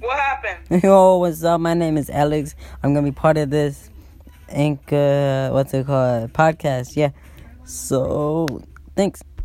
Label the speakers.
Speaker 1: poppin'?
Speaker 2: Yo, what's up? My name is Alex. I'm gonna be part of this Inc. Uh, what's it called? Podcast. Yeah. So, thanks.